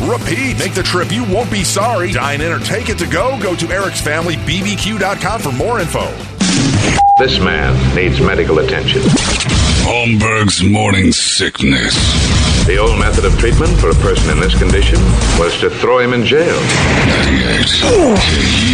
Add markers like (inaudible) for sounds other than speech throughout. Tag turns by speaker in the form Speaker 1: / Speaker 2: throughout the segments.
Speaker 1: repeat. Make the trip. You won't be sorry. Dine in or take it to go. Go to ericsfamilybbq.com for more info.
Speaker 2: This man needs medical attention.
Speaker 3: Holmberg's morning sickness.
Speaker 2: The old method of treatment for a person in this condition was to throw him in jail.
Speaker 3: 98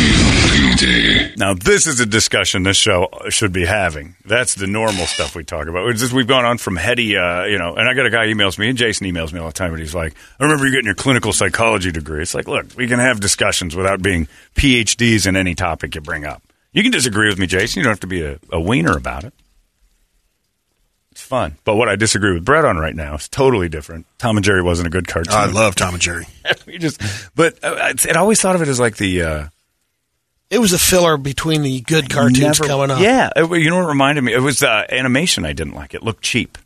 Speaker 3: KUPD.
Speaker 4: Now, this is a discussion this show should be having. That's the normal stuff we talk about. It's just we've gone on from heady, uh, you know, and I got a guy emails me, and Jason emails me all the time, and he's like, I remember you getting your clinical psychology degree. It's like, look, we can have discussions without being PhDs in any topic you bring up. You can disagree with me, Jason. You don't have to be a, a wiener about it. It's fun. But what I disagree with Brett on right now is totally different. Tom and Jerry wasn't a good cartoon.
Speaker 5: I love Tom and Jerry.
Speaker 4: (laughs) we just, but uh, it's- it always thought of it as like the. Uh,
Speaker 5: It was a filler between the good cartoons
Speaker 4: Never-
Speaker 5: coming up.
Speaker 4: Yeah, It- you know what reminded me? It was uh, animation I didn't like. It looked cheap.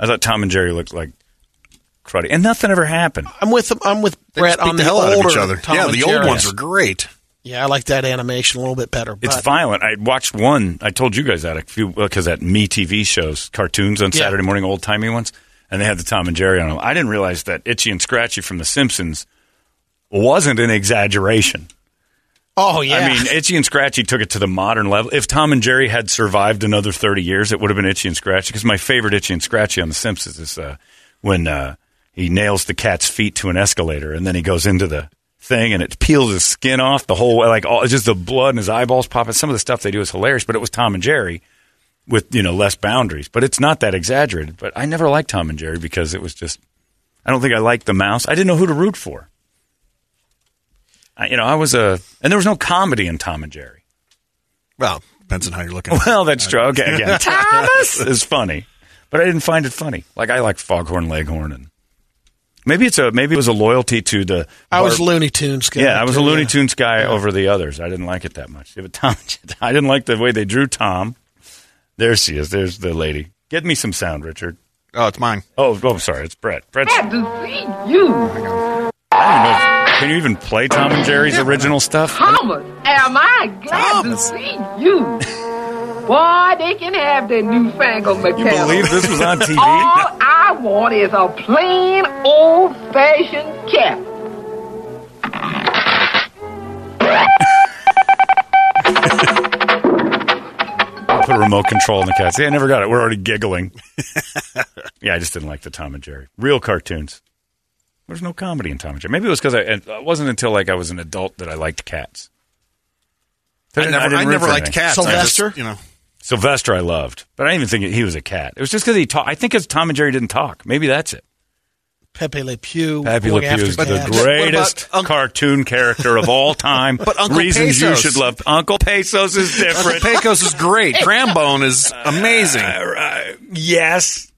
Speaker 4: I thought Tom and Jerry looked like cruddy, and nothing ever happened.
Speaker 5: I'm with I'm with
Speaker 6: They
Speaker 5: Brett
Speaker 6: just beat
Speaker 5: on the,
Speaker 6: hell
Speaker 5: older
Speaker 6: out of each other.
Speaker 5: Tom
Speaker 6: yeah,
Speaker 5: and
Speaker 6: the
Speaker 5: Jerry.
Speaker 6: old ones were great.
Speaker 5: Yeah, I like that animation a little bit better.
Speaker 4: It's
Speaker 5: but
Speaker 4: violent. I watched one. I told you guys that a few because that me TV shows, cartoons on
Speaker 5: Yeah.
Speaker 4: Saturday morning, old timey ones, and they had the Tom and Jerry on them. I didn't realize that Itchy and Scratchy from The Simpsons wasn't an exaggeration.
Speaker 5: Oh yeah,
Speaker 4: I mean, Itchy and Scratchy took it to the modern level. If Tom and Jerry had survived another 30 years, it would have been Itchy and Scratchy because my favorite Itchy and Scratchy on The Simpsons is uh, when uh, he nails the cat's feet to an escalator and then he goes into the thing and it peels his skin off the whole way, like all, just the blood and his eyeballs popping. Some of the stuff they do is hilarious, but it was Tom and Jerry with, you know, less boundaries. But it's not that exaggerated. But I never liked Tom and Jerry because it was just, I don't think I liked the mouse. I didn't know who to root for. I, you know, I was a, and there was no comedy in Tom and Jerry.
Speaker 6: Well, depends on how
Speaker 4: (laughs)
Speaker 6: you're looking. at it.
Speaker 4: Well, that's true. Okay,
Speaker 6: (laughs)
Speaker 4: again, Thomas (laughs) is funny, but I didn't find it funny. Like I liked Foghorn Leghorn, and maybe it's a maybe it was a loyalty to the.
Speaker 5: I was
Speaker 4: bar-
Speaker 5: Looney Tunes. guy,
Speaker 4: yeah, I was a
Speaker 5: too,
Speaker 4: Looney
Speaker 5: yeah.
Speaker 4: Tunes guy over the others. I didn't like it that much. But Tom, (laughs) I didn't like the way they drew Tom. There she is. There's the lady. Get me some sound, Richard.
Speaker 6: Oh, it's mine.
Speaker 4: Oh, oh, sorry, it's Brett. Brett's.
Speaker 7: glad to see you.
Speaker 4: I don't know if- can you even play Tom and Jerry's original stuff?
Speaker 7: Thomas, am I glad
Speaker 6: Thomas.
Speaker 7: to see you. Boy, they can have their newfangled
Speaker 4: You
Speaker 7: McKellar.
Speaker 4: believe this was
Speaker 6: (laughs)
Speaker 4: on TV?
Speaker 7: All I want is a plain old-fashioned cap.
Speaker 4: put a remote control in the cat. See, I never got it. We're already
Speaker 6: (laughs)
Speaker 4: giggling. yeah, I just didn't like the Tom and Jerry. Real cartoons. There's no comedy in Tom and Jerry. Maybe it was because I and it wasn't until like I was an adult that I liked cats.
Speaker 6: I never, I
Speaker 4: didn't root
Speaker 6: never
Speaker 4: for
Speaker 6: liked
Speaker 4: anything.
Speaker 6: cats. I
Speaker 5: Sylvester?
Speaker 6: just, you know,
Speaker 4: Sylvester I loved, but I didn't even think he was a cat. It was just because he talked. I think because Tom and Jerry didn't talk. Maybe that's it.
Speaker 5: Pepe Le Pew.
Speaker 4: Pepe Le
Speaker 5: going
Speaker 4: Pew
Speaker 5: after
Speaker 4: is the
Speaker 5: cats.
Speaker 6: what great-
Speaker 4: greatest
Speaker 6: about Unc-
Speaker 4: cartoon character of all time. but
Speaker 6: Uncle
Speaker 4: reasons you
Speaker 6: Pesos.
Speaker 4: should love Uncle Pesos is
Speaker 6: Uncle
Speaker 4: different.
Speaker 6: Pecos is
Speaker 4: (laughs)
Speaker 6: great. Crambone is amazing.
Speaker 4: Uh, yes.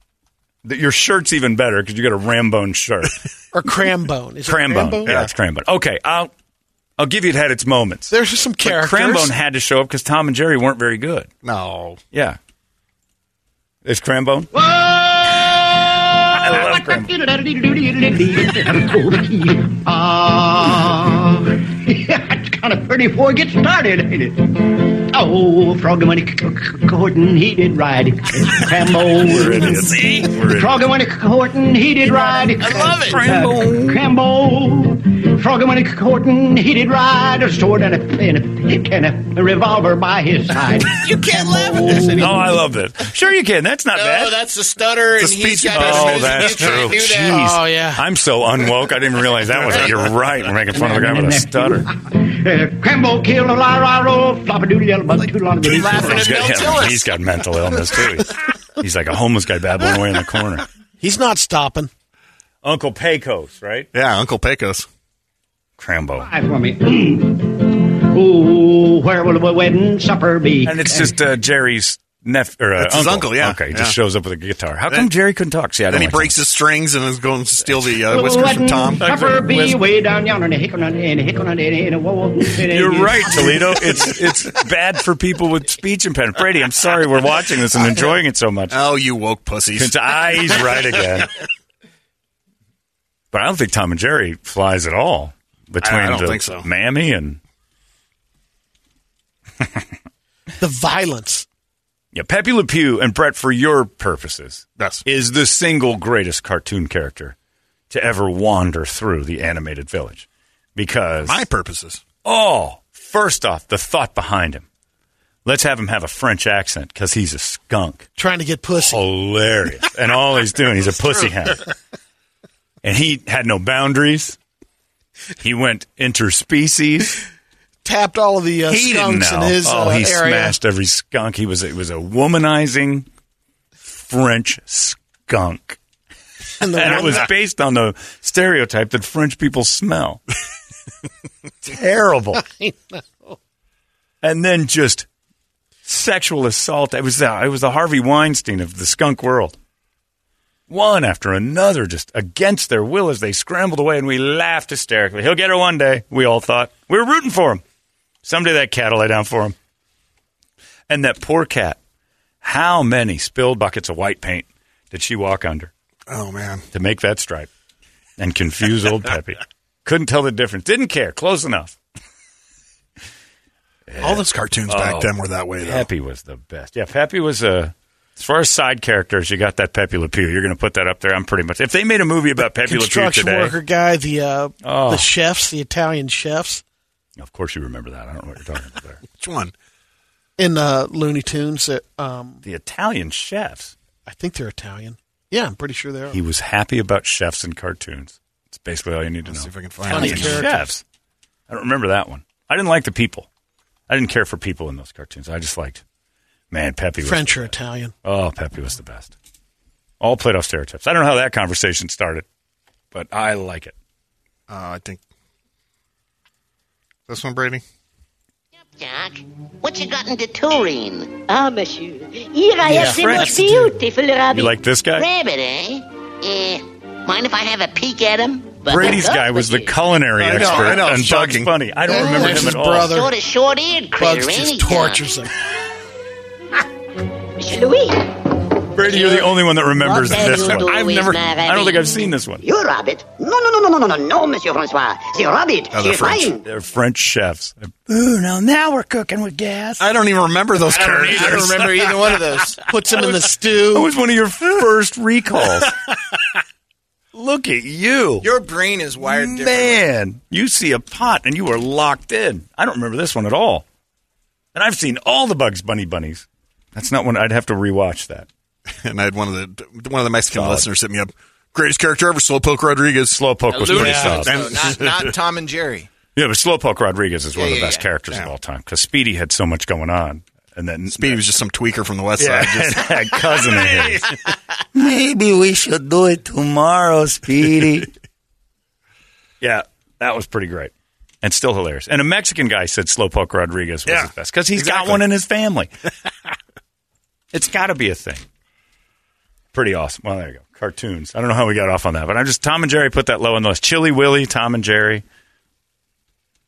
Speaker 4: Th- Your shirt's even better because you got a Rambone
Speaker 5: (laughs)
Speaker 4: shirt.
Speaker 5: or Crambone. Is it
Speaker 4: Crambone. Yeah, it's Crambone. Okay, I'll I'll give you it had its moments.
Speaker 5: There's just some
Speaker 4: But
Speaker 5: characters.
Speaker 4: Crambone had to show up because Tom and Jerry weren't very good.
Speaker 6: No.
Speaker 4: Yeah. Is Crambone? I love Crambone.
Speaker 8: Ah, that's kind of pretty before it gets started, ain't it? Oh, frog the money Horton, he did ride.
Speaker 4: We're
Speaker 8: Crambo.
Speaker 4: idiots. We're idiots.
Speaker 8: Frog the money Horton, he did ride. I love it. Crambo. Crambo. Frog the money Horton, he did ride. A sword and a, and a pick and a revolver by his side.
Speaker 5: You can't laugh at this
Speaker 4: Oh,
Speaker 5: anymore. Oh,
Speaker 4: I love this. Sure, you can. That's not bad.
Speaker 5: that's the stutter,
Speaker 6: It's a
Speaker 5: he's
Speaker 6: speech
Speaker 5: his
Speaker 4: oh,
Speaker 6: impediment.
Speaker 5: music.
Speaker 4: that's
Speaker 5: You can't
Speaker 4: true.
Speaker 5: do that.
Speaker 4: Jeez.
Speaker 5: Oh yeah.
Speaker 4: I'm so unwoke. I didn't realize that was it. You're right. We're making fun of a
Speaker 5: (laughs)
Speaker 4: guy with a stutter.
Speaker 8: Uh, Crambo killed a laro, flop a doodle yellow bug, too long
Speaker 5: Laughing at
Speaker 4: He's got,
Speaker 5: Bill
Speaker 4: yeah,
Speaker 5: Tillis.
Speaker 4: he's got mental illness, too. He's like a homeless guy babbling away in the corner.
Speaker 5: He's not stopping.
Speaker 4: Uncle Pecos, right?
Speaker 6: Yeah, Uncle Pecos.
Speaker 4: Crambo.
Speaker 8: Cry for me. Ooh, where will the wedding supper be?
Speaker 4: And it's just uh, Jerry's nephew or uh,
Speaker 6: It's his uncle, yeah.
Speaker 4: Okay, he
Speaker 6: Yeah.
Speaker 4: just shows up with a guitar. How come Jerry couldn't talk? See, I don't
Speaker 6: Then he
Speaker 4: like
Speaker 6: breaks
Speaker 4: him.
Speaker 6: his strings and is going to steal the uh,
Speaker 8: Will the
Speaker 6: whiskers from
Speaker 8: wedding
Speaker 6: Tom.
Speaker 8: supper be
Speaker 4: Whisk-
Speaker 8: way down yonder in a hickon and a hickon and a and a wo- wo- and a-
Speaker 4: You're right, Toledo.
Speaker 6: (laughs)
Speaker 4: It's it's bad for people with speech impediment. Brady, I'm sorry we're watching this and enjoying it so much.
Speaker 6: Oh, you woke pussies.
Speaker 4: It's, ah, he's right again. But I don't think Tom and Jerry flies at all between
Speaker 6: I don't
Speaker 4: the
Speaker 6: think so.
Speaker 4: Mammy and
Speaker 5: The violence.
Speaker 4: yeah, Pepe Le Pew and Brett. For your purposes,
Speaker 6: Yes.
Speaker 4: is the single greatest cartoon character to ever wander through the animated village because
Speaker 6: My purposes.
Speaker 4: Oh, first off, the thought behind him. Let's have him have a French accent because he's a skunk.
Speaker 5: Trying to get
Speaker 4: Oh.
Speaker 5: pussy.
Speaker 4: Hilarious. And all he's doing, he's a pussy hound. And he had no boundaries. He went interspecies.
Speaker 5: Tapped all of the uh,
Speaker 4: He didn't
Speaker 5: skunks
Speaker 4: know.
Speaker 5: in his
Speaker 4: oh,
Speaker 5: uh,
Speaker 4: he
Speaker 5: area.
Speaker 4: smashed every skunk. He was it was a womanizing French skunk.
Speaker 5: And the
Speaker 4: And it
Speaker 5: one-
Speaker 4: was based on the stereotype that French people smell. (laughs) Terrible. And then just sexual assault. It was the, it was the Harvey Weinstein of the skunk world. One after another, just against their will as they scrambled away, and we laughed hysterically. He'll get her one day, we all thought. We were rooting for him. Someday that cat will lay down for him. And that poor cat, how many spilled buckets of white paint did she walk under?
Speaker 6: Oh, man.
Speaker 4: to make that stripe and confuse old
Speaker 6: (laughs)
Speaker 4: Peppy. Couldn't tell the difference. Didn't care. Close enough.
Speaker 6: All those cartoons back then were that way, though.
Speaker 4: Peppy was the best. Yeah, Peppy was a. As far as side characters, you got that Pepe Le Pew. You're going to put that up there. I'm pretty much. If they made a movie about Pepe Le Pew
Speaker 5: construction
Speaker 4: today,
Speaker 5: worker guy, the uh,
Speaker 4: Oh.
Speaker 5: the chefs, the Italian chefs
Speaker 4: of course you remember that. I don't know what you're talking about there.
Speaker 6: Which one?
Speaker 5: in uh, Looney Tunes. That um,
Speaker 4: The Italian chefs.
Speaker 5: I think they're Italian. Yeah, I'm pretty sure they are.
Speaker 4: He was happy about chefs and cartoons. It's basically all you need to know.
Speaker 6: see if I can find
Speaker 4: Italian
Speaker 5: it. Characters.
Speaker 4: chefs. I don't remember that one. I didn't like the people. I didn't care for people in those cartoons. I just liked, man, Peppy was
Speaker 5: French or Italian.
Speaker 4: Oh, Pepe was the best. All played off stereotypes. I don't know how that conversation started, but I like it.
Speaker 6: Uh, I think. This one, Brady?
Speaker 9: Jack, what you got into Turin? Ah, monsieur, here I have the
Speaker 5: French
Speaker 9: most beautiful rabbit.
Speaker 4: You like this guy?
Speaker 9: Rabbit, eh? Eh, mind if I have a peek at him? But
Speaker 4: Brady's guy was the culinary
Speaker 6: I know,
Speaker 4: expert
Speaker 6: I know,
Speaker 4: and
Speaker 6: it's
Speaker 4: Bugs
Speaker 6: shocking.
Speaker 4: Bunny. I don't remember
Speaker 5: That's
Speaker 4: him
Speaker 5: his
Speaker 4: at all.
Speaker 5: brother.
Speaker 9: Sort of short-eared critter,
Speaker 5: Bugs
Speaker 9: ain't he,
Speaker 5: just
Speaker 9: Doc?
Speaker 4: (laughs)
Speaker 5: tortures him.
Speaker 9: Monsieur Louis,
Speaker 4: Brady, you're the only one that remembers
Speaker 9: What
Speaker 4: this
Speaker 9: are you
Speaker 4: one. I've
Speaker 9: doing,
Speaker 4: never.
Speaker 9: my
Speaker 4: I don't think
Speaker 9: Ravi?
Speaker 4: I've seen this one.
Speaker 9: your rabbit? No, no, no, no, no, no, no, no, Monsieur Francois. The rabbit,
Speaker 6: Oh, they're
Speaker 9: she's
Speaker 6: French.
Speaker 9: mine.
Speaker 4: They're French chefs. Ooh, now now we're cooking with gas.
Speaker 6: I don't even remember those
Speaker 4: I don't
Speaker 6: characters.
Speaker 4: either.
Speaker 5: I don't remember either one of those. Puts him in the
Speaker 4: That
Speaker 5: stew.
Speaker 4: was one of your first recalls. Look at you.
Speaker 10: Your brain is wired differently.
Speaker 4: Man, you see a pot and you are locked in. I don't remember this one at all. And I've seen all the Bugs Bunny bunnies. That's not one I'd have to rewatch that.
Speaker 6: and I had one of the one of the Mexican listeners hit me up. Greatest character ever, Slowpoke Rodriguez.
Speaker 4: Slowpoke was pretty
Speaker 10: Looney Tunes,
Speaker 4: solid.
Speaker 10: though, not, not Tom and Jerry.
Speaker 4: Yeah, but Slowpoke Rodriguez is one of
Speaker 10: Yeah,
Speaker 4: the
Speaker 10: yeah,
Speaker 4: best
Speaker 10: yeah.
Speaker 4: characters of all time because Speedy had so much going on. And then
Speaker 6: Speedy was just some tweaker from the West
Speaker 4: Yeah,
Speaker 6: Side. (laughs) Just,
Speaker 4: that cousin of his. (laughs) Maybe we should do it tomorrow, Speedy. yeah, that was pretty great. And still hilarious. And a Mexican guy said Slowpoke Rodriguez was
Speaker 6: Yeah,
Speaker 4: his best because he's got
Speaker 6: exactly.
Speaker 4: one in his family. (laughs) it's got to be a thing. Pretty awesome. Well, there you go. Cartoons. I don't know how we got off on that, but I'm just Tom and Jerry put that low on the list. Chili Willy, Tom and Jerry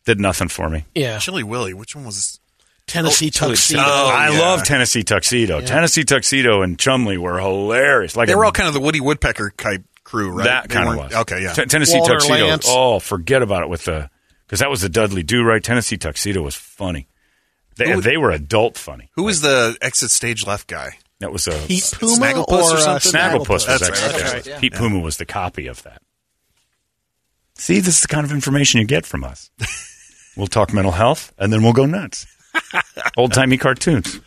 Speaker 4: did nothing for me.
Speaker 5: Yeah,
Speaker 6: Chili Willy. Which one was?
Speaker 4: Oh,
Speaker 5: Tennessee tuxedo.
Speaker 4: I
Speaker 6: Oh, yeah.
Speaker 4: love Tennessee Tuxedo. Tennessee Tuxedo and Chumley were hilarious. Like
Speaker 6: They
Speaker 4: a
Speaker 6: were all kind of the Woody Woodpecker type crew, right?
Speaker 4: That
Speaker 6: They
Speaker 4: kind of
Speaker 6: weren't-
Speaker 4: was.
Speaker 6: Okay, yeah.
Speaker 4: T- Tennessee
Speaker 5: Walter
Speaker 4: tuxedo.
Speaker 5: Lance.
Speaker 4: Oh, forget about it with the because that was the Dudley Do Right. Tennessee tuxedo was funny. They
Speaker 6: Who-
Speaker 4: they were adult funny.
Speaker 6: Who was the exit stage left guy?
Speaker 4: That was a
Speaker 5: Pete Puma
Speaker 6: Snagglepuss
Speaker 5: or,
Speaker 6: or
Speaker 5: uh,
Speaker 6: something?
Speaker 4: Snagglepuss was
Speaker 6: That's
Speaker 4: actually
Speaker 6: right, that's
Speaker 4: okay. Pete Puma was the copy of that. See, this is the kind of information you get from
Speaker 6: (laughs)
Speaker 4: us. we'll talk mental health and then we'll go nuts. Old timey cartoons.
Speaker 6: I'm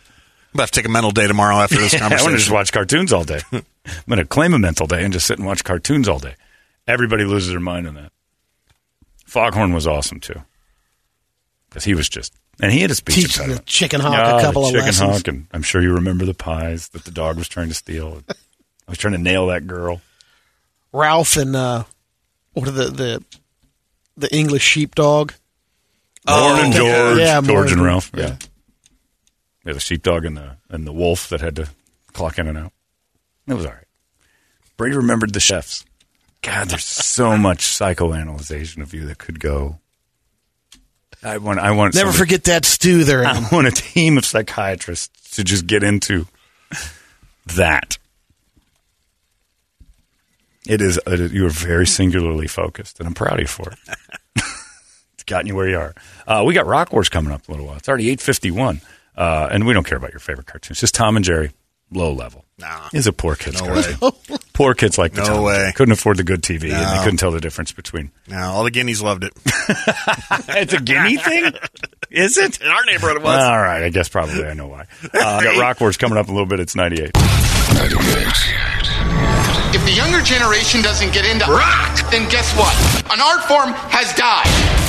Speaker 6: about to take a mental day tomorrow after
Speaker 4: (laughs)
Speaker 6: this
Speaker 4: I want to just
Speaker 6: conversation.
Speaker 4: watch cartoons all day. (laughs) I'm going to claim a mental day and just sit and watch cartoons all day. Everybody loses their mind on that. Foghorn was awesome too, because he was just and he had a speech
Speaker 5: Teach
Speaker 4: about
Speaker 5: the
Speaker 4: it.
Speaker 5: chicken hawk
Speaker 4: Oh,
Speaker 5: a
Speaker 4: the
Speaker 5: couple of
Speaker 4: chicken
Speaker 5: lessons.
Speaker 4: hawk, and I'm sure you remember the pies that the dog was trying to steal. (laughs) I was trying to nail that girl.
Speaker 5: Ralph and uh, what are the the the English sheepdog.
Speaker 6: Oh,
Speaker 5: Oh,
Speaker 4: Morn and George,
Speaker 5: uh, Yeah, Morn
Speaker 4: George and
Speaker 5: and-
Speaker 4: Ralph. Yeah.
Speaker 5: yeah.
Speaker 4: yeah, the sheepdog and the and the wolf that had to clock in and out. It was all right. Brady remembered the chefs. God, there's so (laughs) much psychoanalyzation of you that could go. I want. I want.
Speaker 5: Never
Speaker 4: somebody-
Speaker 5: forget that stew
Speaker 4: (laughs)
Speaker 5: there.
Speaker 4: I want a team of psychiatrists to just get into that. It is, it is you are very singularly focused, and I'm proud of you for it. (laughs) it's gotten you where you are. Uh, we got Rock Wars coming up in a little while. It's already 8:51, uh, and we don't care about your favorite cartoons. Just Tom and Jerry, low level.
Speaker 6: Nah.
Speaker 4: is a poor kid's
Speaker 6: No
Speaker 4: cartoon. (laughs) Poor kids like the
Speaker 6: No
Speaker 4: Tom and
Speaker 6: way.
Speaker 4: Jerry. couldn't afford the good TV, and they
Speaker 6: No.
Speaker 4: couldn't tell the difference
Speaker 6: (laughs)
Speaker 4: between.
Speaker 6: No, all the guineas loved it.
Speaker 4: it's a guinea thing, (laughs) is
Speaker 6: (laughs)
Speaker 4: it?
Speaker 6: In our neighborhood, it
Speaker 4: All right, I guess probably I know why. Uh, I got Rock Wars coming up in a little bit. It's 98.
Speaker 3: 98.
Speaker 11: If the younger generation doesn't get into rock, then guess what? An art form has died.